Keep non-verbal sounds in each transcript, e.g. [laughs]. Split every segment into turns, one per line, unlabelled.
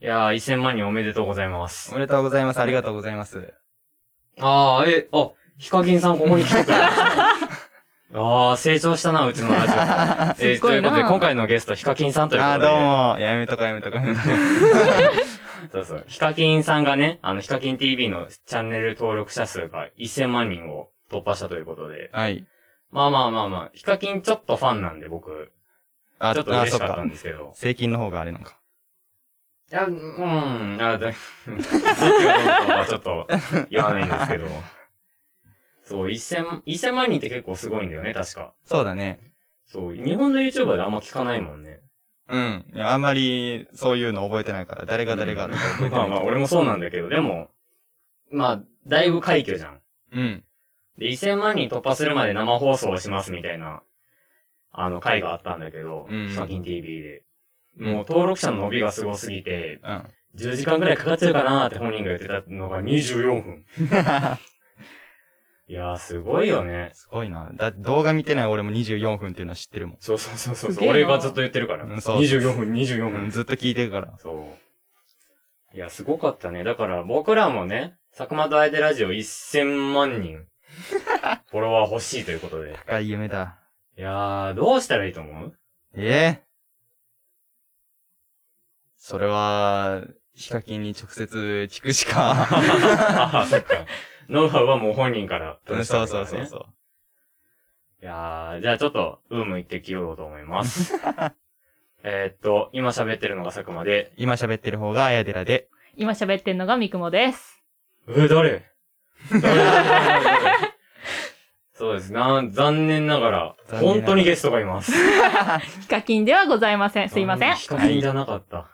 いやー、1000万人おめでとうございま
お
す。
めでとうございます。ありがとうございます。
あー、え、あ、ヒカキンさんここに来てくれました。 [laughs] あー、成長したな、うちのラジ [laughs] オ。えー
す
と
ご
いう
いな
ことで、今回のゲスト、ヒカキンさんというこ
あ
とで。
ー、どうも。やめとかやめとか。
そうそう。ヒカキンさんがね、あの、ヒカキン TV のチャンネル登録者数が1000万人を突破したということで。
はい。
まあまあまあまあ、ヒカキンちょっとファンなんで僕、
あ
ちょっと
あ
嬉
そ
し
っ
かった
か
ん。ですけど。
税金の方があれなんか。
いや、うん、あ、だ、はちょっと言わないんですけど。そう、1000、1000万人って結構すごいんだよね、確か。
そうだね。
そう、日本の YouTuber であんま聞かないもんね。
うん。いやあんまり、そういうの覚えてないから、誰が誰がとか覚えて
まあ
ない。
[laughs] まあ、俺もそうなんだけど、でも、まあ、だいぶ快挙じゃん。
うん。
で、1000万人突破するまで生放送をしますみたいな、あの、回があったんだけど、
うん
ヒカキン TV で。もう登録者の伸びがすごすぎて、
うん。
10時間ぐらいかかっちゃうかなーって本人が言ってたのが24分。
[laughs]
いやー、すごいよね。
すごいな。だ、動画見てない俺も24分っていうのは知ってるもん。
そうそうそうそう
す
そ
げ
う。
えな
俺がずっと言ってるから。
うんそう
24分、24
うん、
分。
ずっと聞いてるから。
そう。いや、すごかったね。だから僕らもね、佐久間と相手ラジオ1000万
[laughs]
人、フォロワー欲しいということで。
深い夢だ。
いやー、どうしたらいいと思う [laughs]
ええそれは、ヒカキンに直接聞くしか。
[laughs] あーそっか。ノウハウはもう本人から。
うんそうそうそうそう。
いやー、じゃあちょっと、ウーム行ってきようと思い
[laughs]
ます。えーっと、今喋ってるのが佐久間で、
今喋ってる方があやで
[laughs]
らで。
今喋ってんのがみくもです。
えー、誰 [laughs] そうですな、残念ながら、
残念ながら
本当にゲストがいます。
ヒカキンではございません。すいません。
ヒカキンじゃなか
[laughs]
った。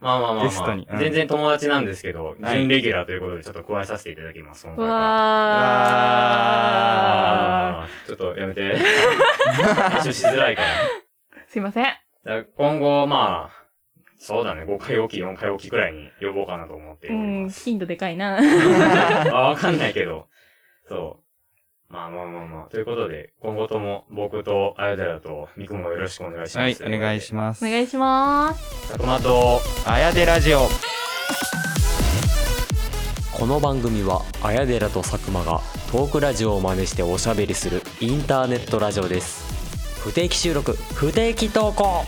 まあまあまあ、
ゲストに
ま
う
あ、
ん
全然友達なんですけど、
はい
準レギュラーということでちょっと加えさせていただきます。今
う
回は
わ
あーちょっとやめて。 [laughs] 編集しづらいから。
ー。すいません。
だから今後、まあ、そうだね、5回おき、4回おきくらいに呼ぼうかなと思ってお
う
り
ん、
ます。
頻度でかいな。
あわかんないけど、そう。まあまあまあまあ。ということで、今後とも僕とあやだらとみくもよろしくお願いしま
はい、
す。
お願いします。
お願いします。
ます。たくまと、
あやでラジオ。
この番組は綾寺と佐久間がトークラジオを真似しておしゃべりするインターネットラジオです不定期収録不定期投稿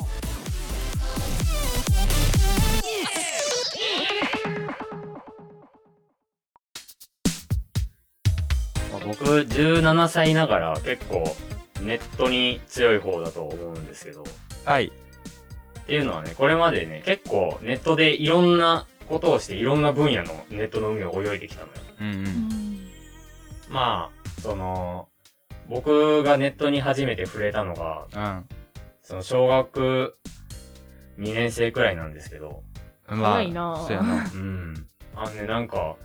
まあ僕17歳ながら結構ネットに強い方だと思うんですけど、
はい。
っていうのはね、これまでね、結構ネットでいろんなことをしていろんな分野のネットの海を泳いできたのよ。
うんう。
うんん
まあ、その、僕がネットに初めて触れたのが、
うん。
その小学2年生くらいなんですけど、
ま
怖いなぁ
そうやな。
うん。あのね、なんか、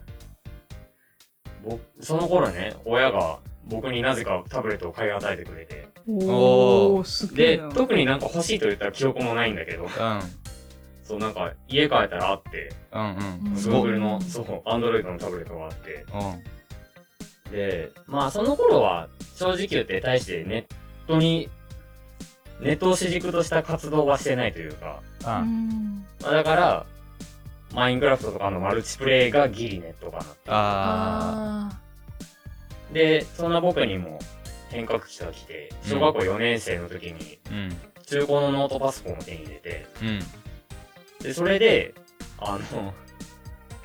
僕、その頃ね、親が僕になぜかタブレットを買い与えてくれて、
お
お
ー、すげえ
で
な。、
特になんか欲しいと言った記憶もないんだけど、そうなんか家帰ったらあって、
うん。うんうん。
すごい
Google の、そう、Android のタブレットがあって、
うん。
で、まあその頃は正直言って対してネットに、ネットを主軸とした活動はしてないというか、
う
あ
ん
まあ、だから、マインクラフトとかのマルチプレイがギリネットかなって
あ
あ
で、そんな僕にも変革期が来て、小学校4年生の時に
ー。うん。
中古のノートパソコンを手に入れて、
うん。
で、それで、あの、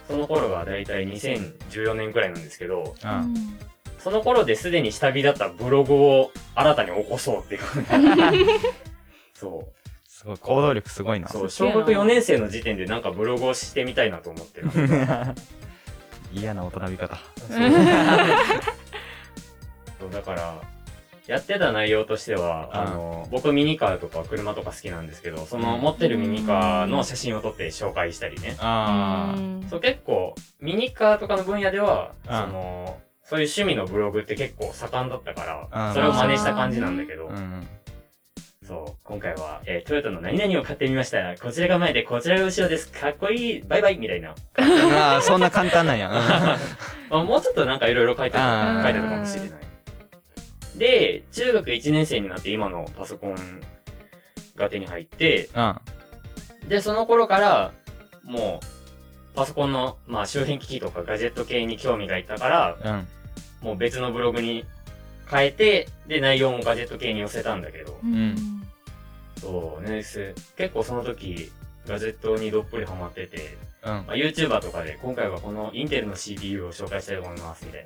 その頃がだいたい2014年くらいなんですけど、
ー
うん。
その頃ですでに下火だったブログを新たに起こそうっていうことに。そう。
すごい、行動力すごいな。
そう、
すげえ
小
な
学4年生の時点でなんかブログをしてみたいなと思ってる。
[laughs] 嫌な大人び方。
そうだから、やってた内容としては、
うん
あの、僕ミニカーとか車とか好きなんですけど、その
うん
持ってるミニカーの写真を撮って紹介したりね。
あ
うん
そう、結構、ミニカーとかの分野では、
うん
その、そういう趣味のブログって結構盛んだったか
う
ら、
ん
それを真似した感じなんだけ
あ。
ど
う、ん。
そう、今回は、えートヨタの何々を買ってみました。こちらが前で、こちらが後ろです。かっこいい、バイバイみたいな。
ああ、そんな簡単なんや。
まあもうちょっとなんかいろいろ書いて
う
あ
ん
る、書いてあるかもしれない。で、中学1年生になって今のパソコンが手に入って、
うん。
で、その頃から、もう、パソコンの、まあ、周辺機器とかガジェット系に興味がいったから、
うん。
もう別のブログに変えて、で、内容もガジェット系に寄せたんだけど、
うんん。
そうね、す結構その時、ガジェットにどっぷりハマってて、
うん。
まあ、YouTuber とかで今回はこのインテルの CPU を紹介したいと思いますみたい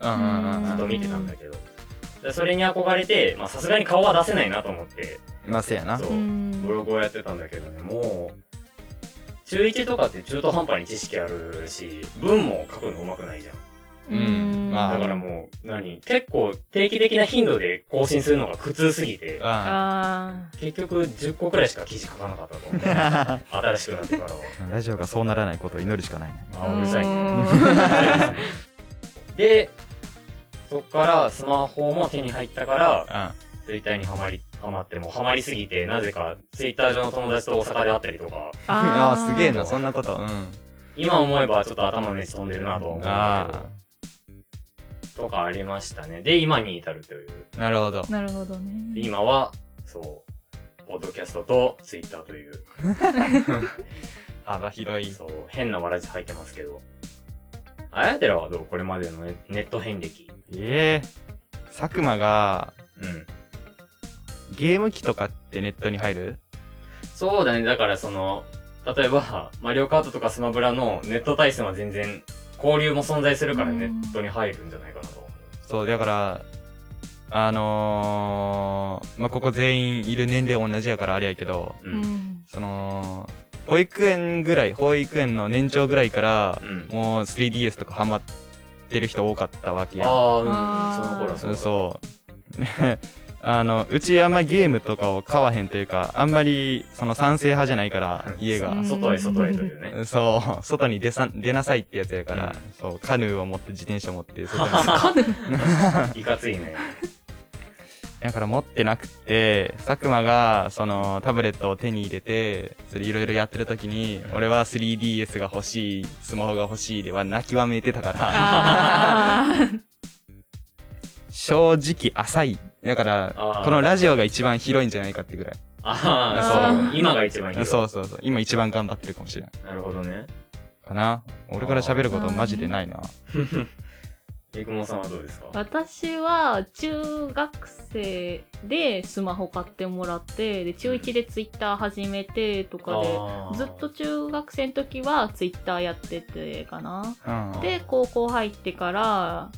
な、
うんうんうん
ず
う
っ
ん
と見てたんだけど、でそれに憧れて、まあさすがに顔は出せないなと思って、
まあ、せやな。
そう
う、ん
ブログをやってたんだけどね、もう、中1とかって中途半端に知識あるし、文も書くの上手くないじゃん。
うんまあ
だからもう、何結構定期的な頻度で更新するのが苦痛すぎて、
あ
あ
結局10個くらいしか記事書かなかったと
[laughs]
思う。
あ。
新しくなってからは。
ラジオがそうならないことを祈るしかないね。
あ、うるさい [laughs] ね。
ね。
で、そっからスマホも手に入ったから、
う
ツイッターにはまり、はまっても、はまりすぎて、なぜかツイッター上の友達と大阪で会ったりとか、
ん。あ
あ
あ、
ー
すげえな、そんなこと。うん。
今思えばちょっと頭の熱飛んでるなとは思うんだ
あ
けど、とかありましたね。で、今に至るという。
あ、なるほど。
なるほどね。
で今は、そう、ポッドキャストとツイッターという、
幅広い。
そう、変なわらじ入ってますけど。あやてらはどうこれまでのネネット遍歴。
ええ佐久間が、
うん。
ゲーム機とかってネットに入る
そうだね。だからその、例えば、マリオカートとかスマブラのネット対戦は全然、交流も存在するから
うん
ネットに入るんじゃないかなと思う。
そう、だから、あのー、まあ、ここ全員いる年齢同じやからあれやけど、
う。
う
[laughs]
んん。
その、保育園ぐらい、保育園の年長ぐらいから
う、ん。
もう 3DS とかハマってる人多かったわけや。
ああ、うん。その頃は
そうう
だ
そう。 [laughs] ねあの、うちあんまゲームとかを買わへんというか、あんまり、その賛成派じゃないから、家
[laughs]
が。
外へ外へというね。
そう、外に出さん、出なさいってやつやから、
う
そう、カヌーを持って自転車持 [laughs] って、外に。
いかついね。
だから持ってなくて、佐久間が、その、タブレットを手に入れて、それいろいろやってる時に、俺は 3DS が欲しい、スマホが欲しいでは泣きわめいてたから、
あ
正直浅い。だから
あ、ー
このラジオが一番広いんじゃないかってぐらい。
ああ、そう。今が一番いいよ。
そうそうそう。今一番頑張ってるかもしれない。
なるほどね。
かな。俺から喋ることマジでないな。
えくもさんはどうですか
私は中学生でスマホ買ってもらってで中1でツイッター始めてとかで
あー
ずっと中学生の時はツイッターやっててかな
うん。
で高校入ってから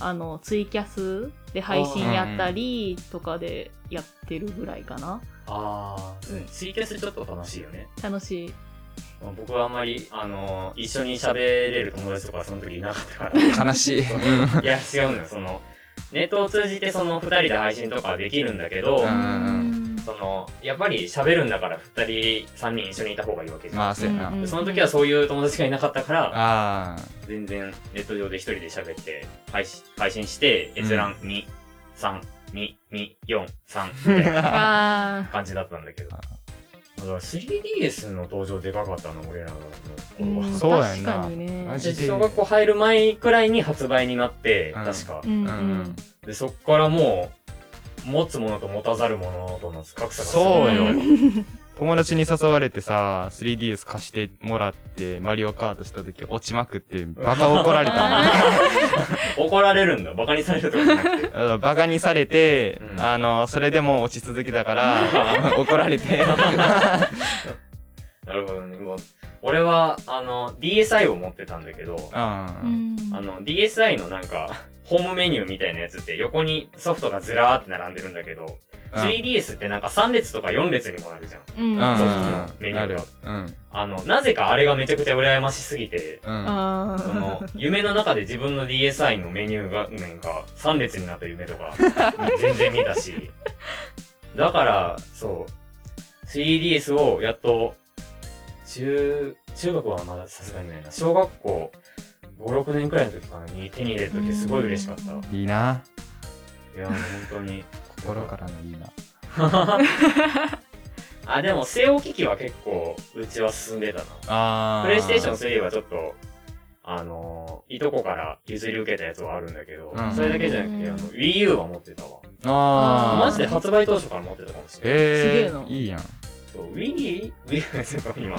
あのツイキャスで配信やったりとかでやってるぐらいかな
ああ、そうねツイキャスちょっと楽しいよね。
楽しい
まあ僕はあんまり、あのー一緒に喋れる友達とかその時いなかったから。
悲しい。
いや、違うのよ。その、ネットを通じてその二人で配信とかできるんだけど、
うん
その、やっぱり喋るんだから二人、三人一緒にいた方がいいわけじゃん。
まあ、そうやな。
その時はそういう友達がいなかったから、
あ
全然ネット上で一人で喋って、配信配信して、閲覧2、3、2、2、4、3みたい
[laughs]
な
あ。
あ
感じだったんだけど。だから 3DS の登場でかかったの、俺らの
ー
頃は。
ん
そうやんな
確かにね
マジで
小学校入る前くらいに発売になって、
うん
確か
う。ん
う
うん
ん。
で、そっからもう、持つものと持たざるものとの格差がすご
そ
いう
よ
よ。。 [laughs]
友達に誘われてさ、3DS 貸してもらって、マリオカートした時落ちまくって、バカ怒られ
[laughs]
た。
怒られるんだ。馬鹿にされるとかじゃなく
[laughs]
て。
あのバカにされて、
うん
あの、それでも落ち続けた
[laughs]
から、怒られて。
なるほどね。もう俺は、あの、DSi を持ってたんだけど、
う。
うんん
あの、DSi のなんか、ホームメニューみたいなやつって横にソフトがずらーって並んでるんだけど、3DS ってなんか3列とか4列にもなるじゃん。
うん
うん。
そううんメニューが
なる。うん。
あの、なぜかあれがめちゃくちゃ羨ましすぎて、
うん。
あ
その、夢の中で自分の DSi のメニュー画面が3列になった夢とか、全然見たし。だから、そう、3DS をやっと、中、中学はまださすがにないな。小学校5、6年くらいの時かなに手に入れる時すごい嬉しかった。い
いいな。
や、もう本当に。
心からのいいな。
あ、でも、西欧機器は結構、うちは進んでたな。
あ
プレイステーション3はちょっと、あのーいとこから譲り受けたやつはあるんだけど、
うん
それだけじゃなくて、あの、Wii U は持ってたわ。
ああ。
マジで発売当初から持ってたかもしれない。
ええ
すげえな
ー、いいやん。 [laughs]
そう、Wii、Wii、そう [laughs] か今、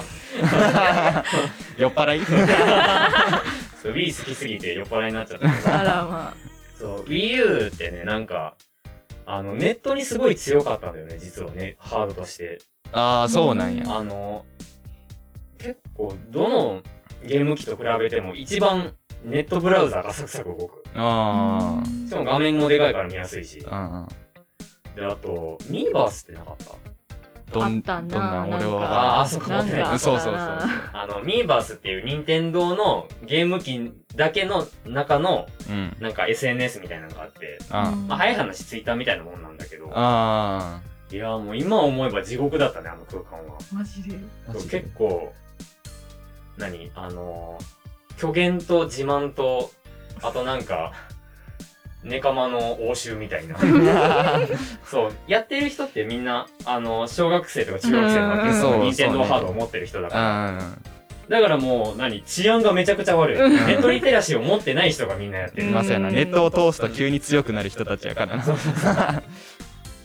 酔っ払い [laughs]
そう Wii 好きすぎて酔っ払いになっちゃったけど。
あらまあ。
そう、Wii U ってね、なんか、あの、ネットにすごい強かったんだよね、実はね、ハードとして。
ああ、そうなんや。
あの、結構、どのゲーム機と比べても一番ネットブラウザがサクサク動く。
あ
しかも画面もでかいから見やすいし。
あ。うん。
で、あと、ミーバースってなかった
どん、
あっ
ど
たなん
なん
なん
俺
か
は。
あーそこ
なんかあったな
そうそうそうそ
あの、ミーバースっていう任天堂のゲーム機だけの中の、
う。うん。
なんか SNS みたいなのがあって、
あ
うん
まあ、早い話ツイッターみたいなもんなんだけど、
あ
いや、もう今思えば地獄だったね、あの空間は。
マジで。
あ。マジで
結構、何あのー、虚言と自慢と、あとなんか、ネカマの応酬みたい
[laughs]
な。そう。やってる人ってみんな、あの、小学生とか中学生のわけです
う
よ。
ん
任天
そう
堂
ね
ハードを持ってる人だ
う
から。
ん。
だからもう、何治安がめちゃくちゃ悪い。
うん
ネットリテラシーを持ってない人がみんなやってる。
まあそうやな。ネットを通すと急に強くなる人たちやからな。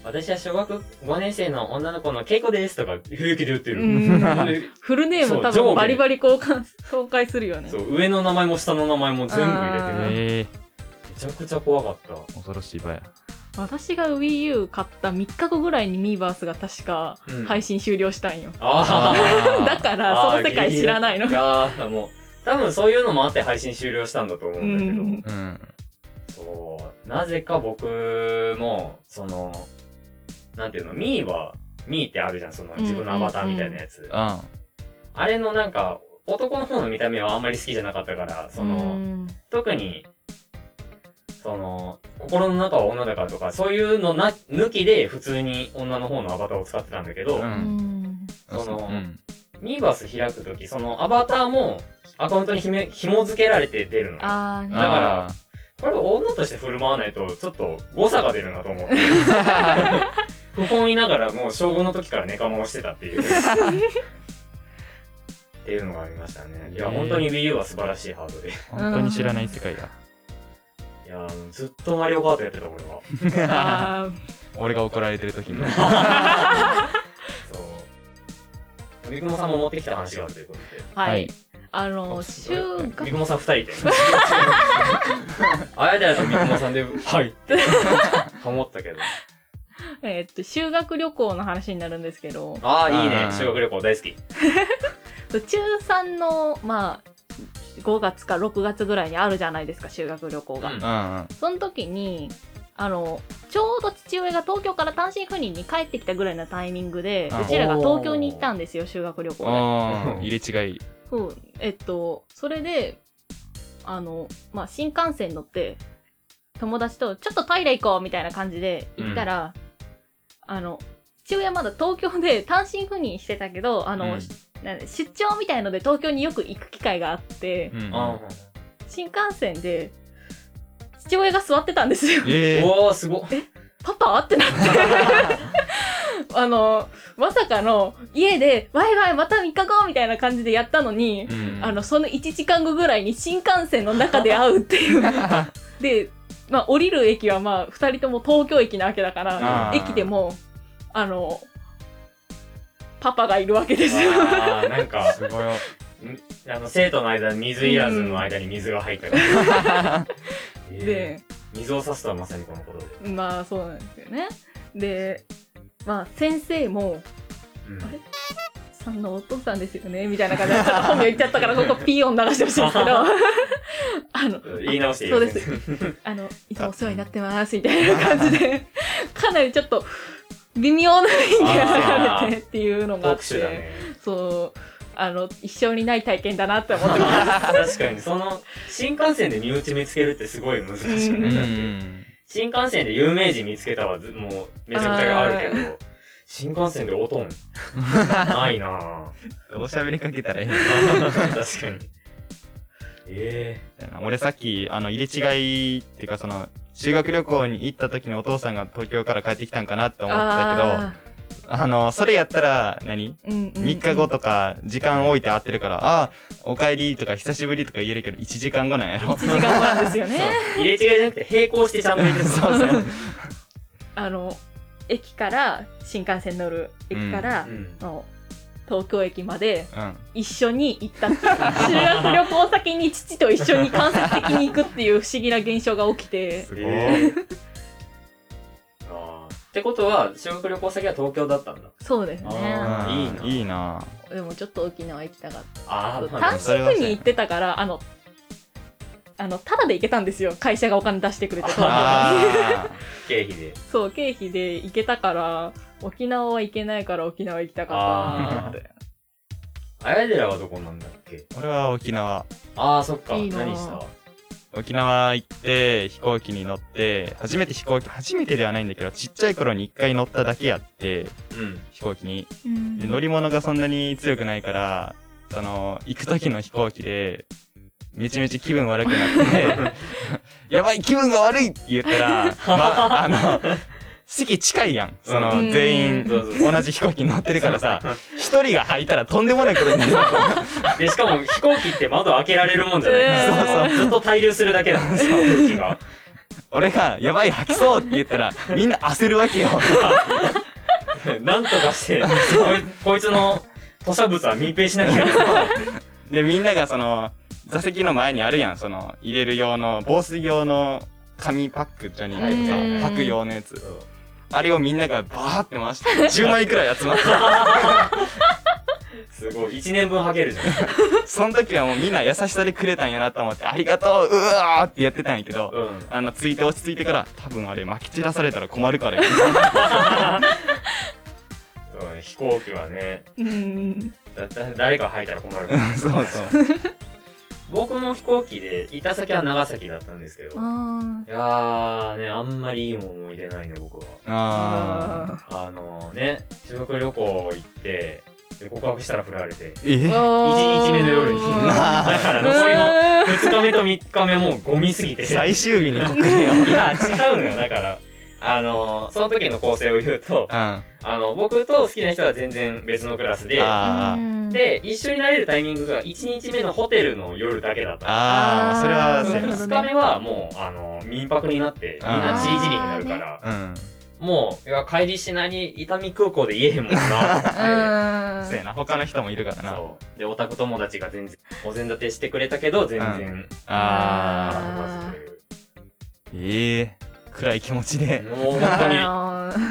私は小学5年生の女の子のケイコですとか、平気で言ってる。
うん
で
フルネーム
そ
多
う上
分
下
バリバリ交換、公開するよね
そ。う、上の名前も下の名前も全部入れて
うん
ね。
ええ。
めちゃくちゃ怖かった。
恐ろしい場 [laughs] や。
私が Wii U 買った3日後ぐらいにミーバースが確か
うん
配信終了したんよ。
あー
[laughs] だから、その世界知らないの。
いやーもう、多分そういうのもあって配信終了したんだと思うんだけど、
うん
うん。
そう、なぜか僕も、その、なんていうの、ミーは、ミーってあるじゃん、その
うん
自分のアバターみたいなやつ。
あ
あれのなんか、男の方の見た目はあんまり好きじゃなかったから、その、
うん
特に、その、心の中は女だからとか、そういうのな、抜きで普通に女の方のアバターを使ってたんだけど、
うん
うん
その
うん。
ミーバース開くとき、そのアバターもアカウントにひめ紐付けられて出るの。
あー
だから
あー、
これ女として振る舞わないと、ちょっと誤差が出るなと
[laughs]
思って。不本意ながらもう小5の時からネカマをしてたって
[laughs]
いう。っていうのがありましたね。いや、
へー
本当に Wii U は素晴らしいハードで。い
本当に知らない世界だ。
や、ずっとマリオカートやってた [laughs] 俺は。
あ
俺が怒られてる時に。
そう。三雲さんも持ってきた話があるということで。
ーは
はいい。
あの、
そう
修学
三雲さん二人で。 [laughs] あやだやと三雲さんで、はいって。ハモったけど。
えーっと、修学旅行の話になるんですけど、
ああ、いいね
あ。ー
修学旅行大好き。
中3の、まあ、5月か6月ぐらいにあるじゃないですか、修学旅行が。
うん
うん。
その時に、あの、ちょうど父親が東京から単身赴任に帰ってきたぐらいのタイミングで、
あ
うちらが東京に行ったんですよ、修学旅行で。
ああ、入れ違い。
そう、えっと、それで、あの、まあ、新幹線乗って、友達と、ちょっとトイレ行こうみたいな感じで行ったら、あの、父親まだ東京で単身赴任してたけど、あの、
うん
な出張みたいので東京によく行く機会があって、
うん
あ
新幹線で、父親が座ってたんですよ。
ー
ええ。
おー、すごっ。
[laughs] パパってなって。 [laughs] あの、まさかの、家で、ワイワイまた3日後みたいな感じでやったのに、
うん
あの、その1時間後ぐらいに新幹線の中で会うっ
[laughs]
ていう。で、まあ、降りる駅はまあ、2人とも東京駅なわけだから、
あー
駅でも、あの、パパがいるわけですよ。
あーなん [laughs] か、
すごい。
あの、生徒の間、水いらずの間に水が入ったから。えー
で、
水を差すとはまさにこのことで。
まあ、そうなんですよね。で、まあ、先生も、
うん
あれさんのお父さんですよねみたいな感じ
[laughs]
で、ちょっと本名言っちゃったから、ここピー音流してほしいんですけど、あの、
言い直していい
そうです。あの、いつもお世話になってます、みたいな感じで、かなりちょっと、微妙な雰囲気が流れてっていうのがあっ
[laughs] 特殊だ
て、
ね。
そう、あの、一生にない体験だなって思
[laughs]
ってま
確
す。
かに、その、新幹線で身内見つけるってすごい難しく
う
ないだって
ん。
新幹線で有名人見つけたはず、もう、めちゃくちゃあるけど、新幹線でお
[laughs]
とん。ないなぁ。
おしゃべりかけたらいいの
確かに。え
みたいな俺さっき、あの、入れ違いっていうか、その、修学旅行に行った時にお父さんが東京から帰ってきたんかなって思ってた
あ
けど、あの、それやったら何、
ー、うんうんうん
?3 日後とか、時間置いて会ってるから、ああ、お帰りとか久しぶりとか言えるけど、1時間後なんやろ。
1時間後
[laughs]
なんですよ
え
ね。
入れ違いじゃなくて並行してちゃんと入れてる。
そうそう。
あの、駅から、新幹線乗る駅から、
うん。
の東京駅まで
うん。
一緒に行ったっていう修学旅行先に父と一緒に間接的に行くっていう不思議な現象が起きて
すごい。
えーあーってことは、修学旅行先は東京だったんだ。
そうですね
あ
うん
い
いいな。
でもちょっと沖縄行きたかっ
あ
た
あ、
単
ま
それは
身
そう
赴
や
に行ってたからあのあのタダで行けたんですよ会社がお金出してくれて東京に
あ
あ、経費で。
そう経費で行けたから沖縄は行けないから沖縄行きたかったなって
[laughs]
あやでらはどこなんだっけ
あ。俺は沖縄。
ああ、そっか。
いいな
何した
沖縄行って、飛行機に乗って、初めて飛行機、初めてではないんだけど、ちっちゃい頃に一回乗っただけやって、
うん。
飛行機に。
うん
で乗り物がそんなに強くないから、その、行く時の飛行機で、めちゃめちゃ気分悪くなって、やばい、気分が悪いって言ったら、まあ、あの、席近いやん。その、
うん
全員、
そうそうそう
同じ飛行機に乗ってるからさ、一人が履いたらとんでもないことになる。
で、しかも飛行機って窓開けられるもんじゃない、
え
ーそうそう
ずっと滞留するだけなんですよ、空気が。
俺が、やばい、吐きそうって言ったら、みんな焦るわけよ。
なんとかして、こいこいつの吐砂物は密閉しなきゃいけない。
で、みんながその、座席の前にあるやん、その、入れる用の、防水用の紙パックじゃねえけどさ
うん、
パック用のやつ。あれをみんながバーって回して、10枚くらい集
[laughs]
まった。
すごい。一年分吐けるじゃん。
その時はもうみんな優しさでくれたんやなと思って、ありがとううわーってやってたんやけど、
うん。
あの、ついて落ち着いてから、多分あれ、撒き散らされたら困るからよ。
そうね飛行機はね、
うん
だだ誰か入ったら困るか
う [laughs]
ら。 [laughs]
んそうそう。
僕も飛行機で、行った先は長崎だったんですけど。い
あ
やーね、あんまりいい思い出ないね、僕は。
あ
あ
あのね、修学旅行行って、で告白したら振られて、
ー。え
1日目の
[laughs]
夜に。だ [laughs]
なあ
から残りの
あ
2日目と3日目もうゴミすぎて。
最終日に
[laughs]
告
い
れよ。
や、違うのよ。だから、あの、その時の構成を言うと
う、ん。あ
あの、僕と好きな人は全然別のクラスで、
あー。
で、一緒になれるタイミングが1日目のホテルの夜だけだった。
ああ、それは、
ー
そうや
なるほ
な
ど
2日目はもう、あの、民泊になって、みんなじいじりになるから、
うん。
もう、いや帰りしなに伊丹空港で言えへんもんなって思って。
あ
そうやな、他の人もいるからな。
そう。で、オタク友達が全然、お膳立てしてくれたけど、全然、遊
ああ。
ばずという。
ええ暗い気持ちで。
もう本当に、
あー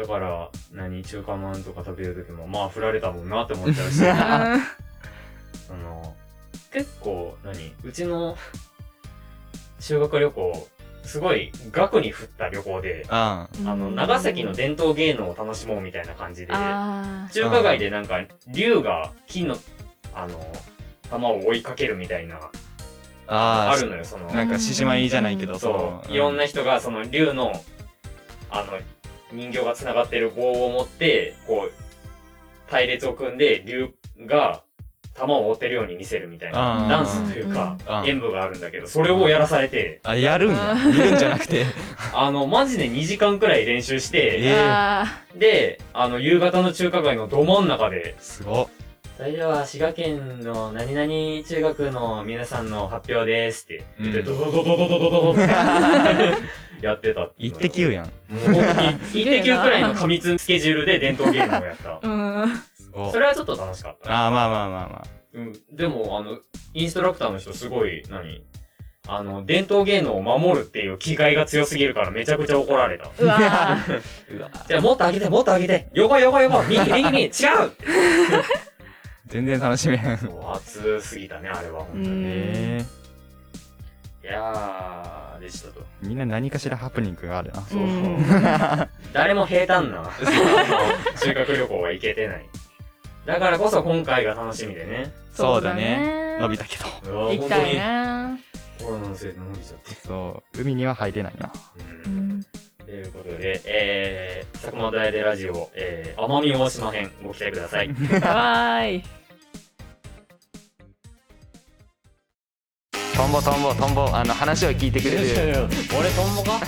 だから、何、中華まんとか食べるときも、まあ、振られたもんなって思っちゃう
[laughs]
し、
あ
その、結構、何、うちの修学旅行、すごい額に振った旅行で、
あ
うん
あの、長崎の伝統芸能を楽しもうみたいな感じで、
あ
中華街でなんか、竜が金の、あの、玉を追いかけるみたいな、
あ
あるのよ、その、
なんか、獅子舞じゃないけど、
そう、
う
いろんな
人。
人がその竜の、あの、人形が繋がってる棒を持って、こう、隊列を組んで、竜が玉を追ってるように見せるみたいな
あ、ー
ダンスというか
うんう、ん
演舞があるんだけど、それをやらされて、
あ、やるんや。見るんじゃなく [laughs] て。
あの、マジで2時間くらい練習し
え
て、
ー
あ
で、あの、夕方の中華街のど真ん中で、
すごっ。
それでは滋賀県の何々中学の皆さんの発表ですって言って、
うん
ドドドドドドドドドってやってた
一滴言うやん。
もう本当に、一滴くらいの過密スケジュールで伝統芸能をやった
ー。うん
すごっ
そ。れはちょっと楽しかった。
ああ、まあまあまあま
うん、でも、あの、インストラクターの人すごい、何あの、伝統芸能を守るっていう気概が強すぎるからめちゃくちゃ怒られた。
うわー
あ。うわ
じゃあもっと上げて、もっと上げて、横横横、右右右、違う
全然楽しめん。
もう熱すぎたね、あれは、本当
う
に。
ん
え
いやー、でしたと。
えみんな何かしらハプニングがあるな。
そう
うん
誰 [laughs] も平坦な、修学旅行は行けてない。だからこそ今回が楽しみでね。
そうだね。伸びたけど。
行
行きたいね
コロナのせいで伸びちゃって。
そう。海には入れないな。
うん
うん
ということで、えー、佐久間大でラジオ、えー、奄美大島編、ご期待ください。
わーい
トンボトンボトンボ、あの、話を聞いてくれる。
俺、トンボか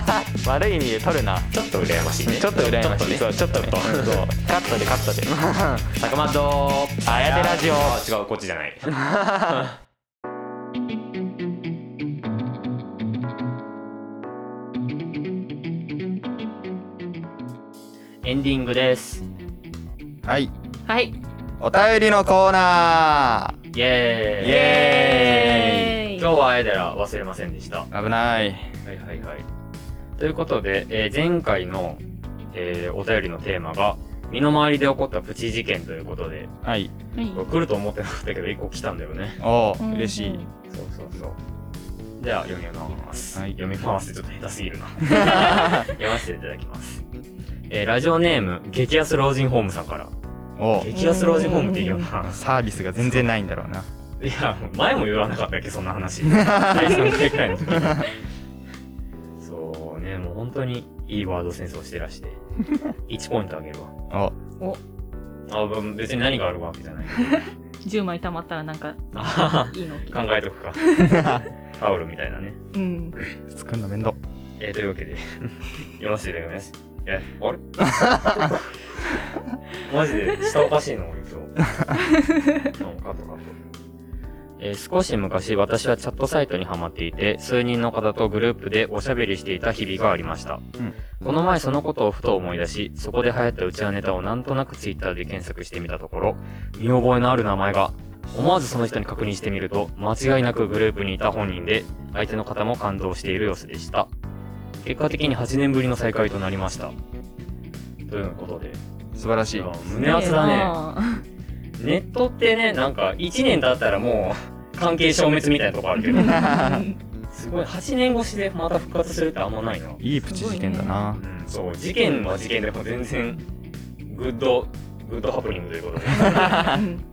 [laughs] 悪い意味で取るな。
ちょっと羨ましいね。
ちょっと羨ましい。そう、ちょっとね。そうカットでカットで。
佐久間と、あ
やでラジオ
違う、こっちじゃない。エンディングです。
はい。
はい。
お便りのコーナ
イェーイ
イエ
イエーイ
今日はアイデラ忘れませんでした。は
ー。危ない。
いはいはい。ということで、えー前回の、えーお便りのテーマが、身の回りで起こったプチ事件ということで、
はい。
はい
これ来ると思ってなかったけど、一個来たんだよね。
お
うん
ー、嬉しい。
そうそうそう。じゃあ、読みます。
はい
読みますってちょっと下手すぎる [laughs] な。読ませていただきます。えーラジオネーム、激安老人ホームさんから。
おー
激安老人ホームって言うな。
サービスが全然ないんだろうな。
いや、前も言わなかったっけ、そんな話。第3回くらいの時に。そうね、もう本当にいいワードセンスをしてらして。1ポイントあげるわ。
お、
あ、ぶ別に何があるわけじゃない。
10枚貯まったらなんか
あははい
いの
考えとくか。タオルみたいなね。
うん。
作るの面倒。
えーというわけで、 [laughs] 読ませていただきます。え、
[laughs]
あれマジで、下おかしいの、俺今日。なんかカットカットえー少し昔、私はチャットサイトにハマっていて、数人の方とグループでおしゃべりしていた日々がありました。
うん
この前そのことをふと思い出し、そこで流行ったうちわネタをなんとなくツイッターで検索してみたところ、見覚えのある名前が、思わずその人に確認してみると、間違いなくグループにいた本人で、相手の方も感動している様子でした。結果的に8年ぶりの再会となりました。ということで。
素晴らしい。
胸熱だね。
ね。
ネットってね、なんか1年経ったらもう関係消滅みたいなとこあるけど、すごい8年越しでまた復活するってあんまないな。
いいプチ事件だな。
うん、そう、事件は事件でも全然グッド、グッドハプニングということで。
うん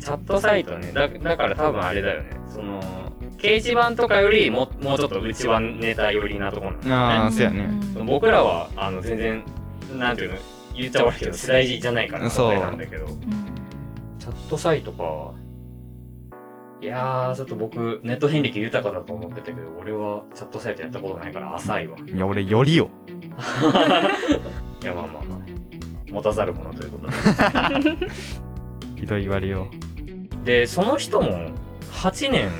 チャットサイトね、だだから多分あれだよね。その、掲示板とかよりも、もうちょっと内輪ネタ寄りなとこなんだよね。
あー、そうやね。
僕らはあの全然なんていうの言っちゃ悪いけど世代じゃないから
そう
あれなんだけどチャットサイトかいやーちょっと僕ネット遍歴豊かだと思ってたけど俺はチャットサイトやったことないから浅いわ
いや、俺、よりよ。
いやまあまあまあ持たざるものということで
ひどい言われよ
でその人も8年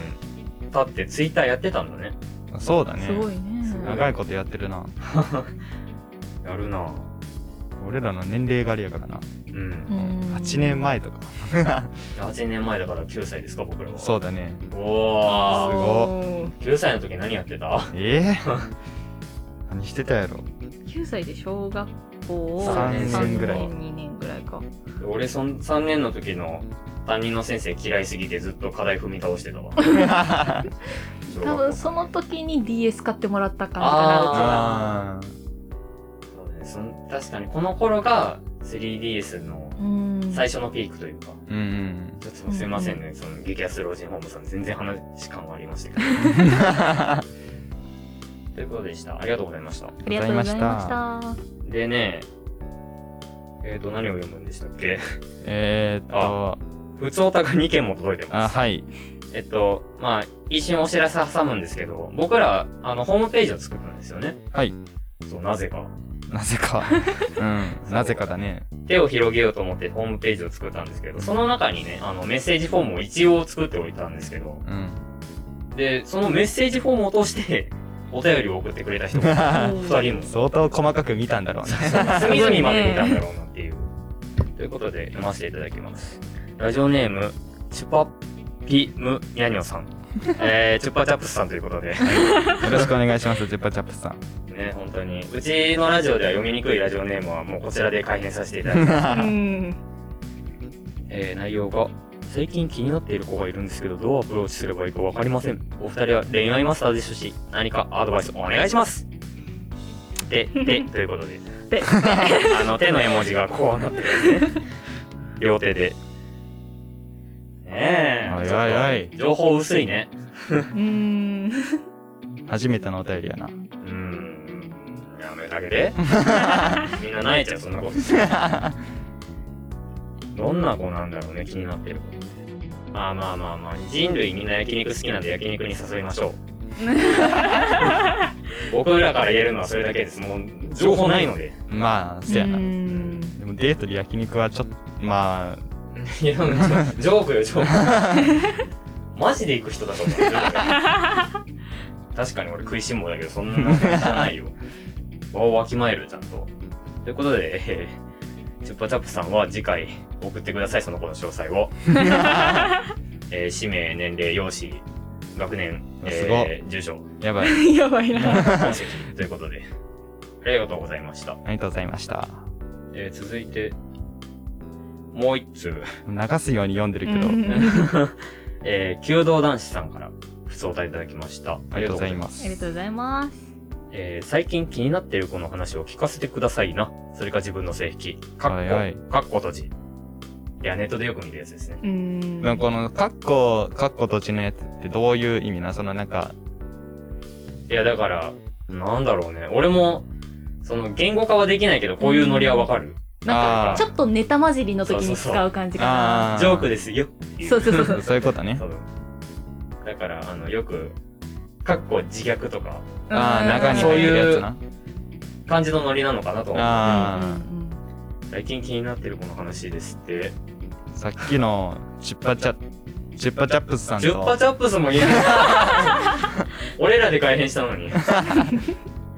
経ってツイッターやってたんだね
う。そうだね。
すごいね。
長いことやってるな。
やるなぁ
俺らの年齢があれやからな。
うん
うん
8年前とか。
8年前だから9歳ですか僕らは
そうだね。
おお
すご
9歳の時何やってた
ええ
[laughs]
何してたやろ。
9歳で小学校を
三
年ぐらい
3年2年ぐらいか。
俺そん3年の時の担任の先生嫌いすぎてずっと課題踏み倒してたわそう
多分その時に DS 買ってもらった感じか
あー
そうねそん確かにこの頃が 3DS の
な。うん。
最初のピークというか、
うんうん
ちょっとすいませんね、その激安老人ホームさん全然話感がありましたけどということでしたありがとうございました
ありがとうございました。
でねえっ、ー、と何を読むんでしたっけ
[laughs]
[laughs]
えーっと、
普通おたが2件も届いて
あ
ます
はい。
えっとまあ一瞬お知らせ挟むんですけど僕らあのホームページを作ったんですよね
はい。
そうなぜか
なぜか。うん。なぜかだね。
手を広げようと思ってホームページを作ったんですけど、その中にね、あのメッセージフォームを一応作っておいたんですけど、
[laughs]
うん。
で、そのメッセージフォームを通して、お便りを送ってくれた人が
[laughs]
二人も、
相当細かく見たんだろうね。
隅々まで見たんだろうなっていう。ということで、読ませていただきます。ラジオネーム、チュパピムニャニョさん。えー、チュッパチャップスさんということで、
よろしくお願いします、ジェッパチャップさん。
ね、本当に。うちのラジオでは読みにくいラジオネームはもうこちらで改変させていただ
[laughs]
きます。
[laughs] うん。
えー内容が、最近気になっている子がいるんですけど、どうアプローチすればいいかわかりません。お二人は恋愛マスターでしょし、何かアドバイスお願いしますで、
[laughs]
で、ということで。
で
あの、手の絵文字がこうなってるんですね。両手で。ねえ。
おいおいおい
情報薄いね。
うん。
初めてのお便りやな。
うーん。やめてあげ
[laughs]
て。みんな泣いちゃう、そんなこと。どんな子なんだろうね、気になってる子。まあまあまあまあ、人類みんな焼肉好きなんで焼肉に誘いましょう。僕らから言えるのはそれだけです。もう、情報ないので。
まあ、せやな。
う
で
ん [laughs]
もデートで焼肉はちょっと、まあ、
いや、ジョークよ、ジョーク。マジで行く人だと思う。確かに俺食いしん坊だけど、そんなことじゃないよ。場をわきまえる、ちゃんと。ということで、えー、チュッパチャップさんは次回送ってください、その子の詳細を。えー、氏名、年齢、容姿、学年、えー、住所、
やばい。
やばいな。
本籍ということで、ありがとうございました。
ありがとうございました。
えー、続いて、もう一通。
流すように読んでるけど、
うん
[laughs] えー、弓道男子さんから、不相談いただきました。
ありがとうござい
す
ま
ありが
す。
とうございます。
えー最近気になっている子の話を聞かせてくださいな。それか自分の性癖。かっこ、
はいはい
かっこ閉じ。いや、ネットでよく見るやつですね。
うーん。
なんかこの、カッコ、カッコとちのやつってどういう意味なそのなんか、
いや、だから、なんだろうね。俺も、その、言語化はできないけど、こういうノリはわかる。
なん
あー
かちょっとネタ混じりの時に使う感じかな。
あー
ジョークですよ。
そ
[laughs]
うそうそうそう。
そういうことね
多。分。だから、あの、よく、かっこ自虐とか、
ああ、中に
そう
入
い
る
う
やつな。
感じのノリなのかなとは
あ
思う。最近気になってる子の話ですって。
あ、さっきの、チュッパチャ、チュッパチャップスさん
チュッパ
と、
チャップスも言えない。俺らで改変したの [laughs] に。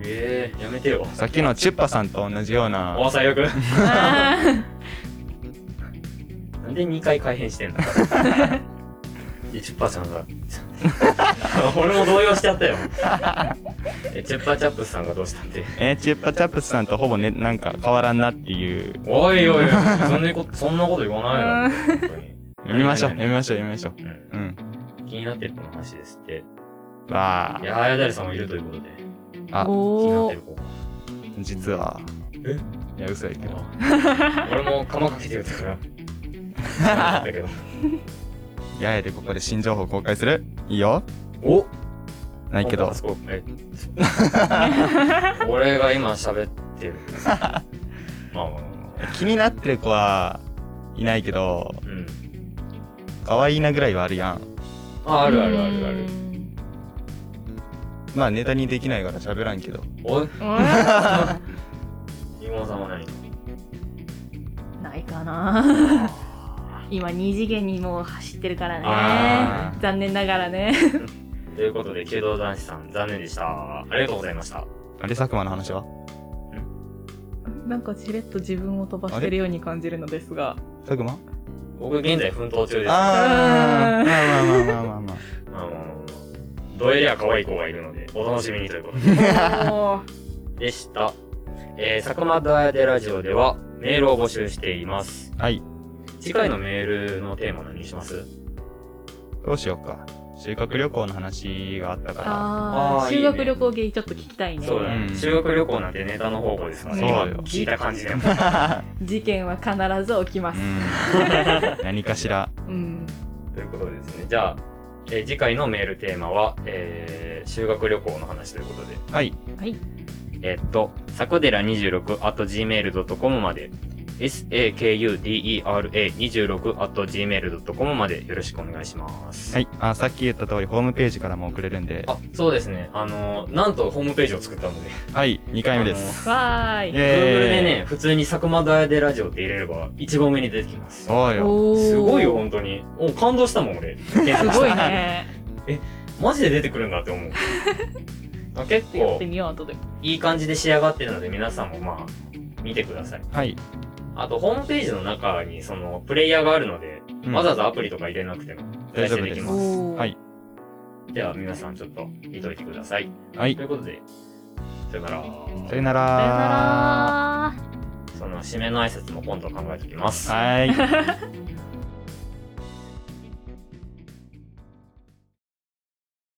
ええやめてよ。
さっきのチュッパさんと同じような、
お最悪。
あー
なんで2回改変して [laughs] んだでチュッパさんが。 [laughs] 俺も動揺しちゃったよ。えチュッパチャップスさんがどうしたって。
えー、チュッパチャップスさんとほぼね、なんか変わらんなっていう。
おい [laughs] おいおい、そんなこと、そんなこと言わないよ。本当に
読みましょう、読みましょう、読みましょう。
うん
うん。
気になってる子の話ですって。
わ
いやー、やだりさんもいるということで。
あ、あ、
気になっ
お
て
ー
る子が。
実は。
え
いや、嘘やけど。
[laughs]
俺も釜かけてる [laughs] から。だけど。
やえでここで新情報公開するいいよ
お
ないけど
あ。そうえ俺が今喋って
[laughs]
る。まあまあまあま
気になってる子はいないけど、
あ。うん。
可愛いなぐらいはあるやん。
あ、あるあるあるあ
う
る。
ん
まあネタにできないから喋らんけど。
おい、
あ
妹さんは何か
ーないかな。今二次元にもう走ってるから
あ
ね。
ー
残念ながらね。
ということで、弓道男子さん、残念でした。ありがとうございました。
あれ、佐久間の話は
なんかしれっと自分を飛ば
してる
ように感じるのですが。
佐久間
僕、現在奮闘中です。
あ
あ
ー
ー
まあまあまあまあまあまあ。
あのー、どえりゃ可愛い子がいるので、お楽しみにということ
[laughs]
で。
お
でした。えー、佐久間大でラジオでは、メールを募集しています。
はい。
次回のメールのテーマ何にします
どうしようか。修学旅行の話があったか
あ
あー
あ、
いいね
修学旅行芸ちょっと聞きたいね。
そうだね、
うん
修学旅行なんてネタの方向ですからね。
そうよ
今聞いた感じでも。
ら。
事件は必ず起きま
う
す。
ん。何かしら。
うん。
ということですね。じゃあ、えー次回のメールテーマは、えー修学旅行の話ということで。
はい。
はい。
えーっと、さくでら26 at gmail.com まで、sakudera26 at gmail.com までよろしくお願いします。
はい。あ、さっき言った通り、ホームページからも送れるんで。
あ、そうですね。あのー、なんとホームページを作ったので。
はい。2回目です。
わーい。
イ
Google で
エ
ね、普通に佐久間大でラジオって入れれば、一番目に出てきます。
そうよ。
おー
すごいよ、。本当に。お、感動したもん、
[laughs]
俺。
すごいね。
マジで出てくるんだって
[laughs]
思う。あ結
やっ
構
て、みよう、後で。
いい感じで仕上がってるので、皆さんもまあ、見てください。
はい。
あと、ホームページの中に、その、プレイヤーがあるので、
うん
わざわざアプリとか入れなくても、
大丈
再
夫
生で
で
き
す。
ます
おー
はい。
では、皆さんちょっと、見といてください。
はい
とい。うことで、さよなら。
さよなら。
さよなら
その、締めの挨拶も今度考えておきます。
はい。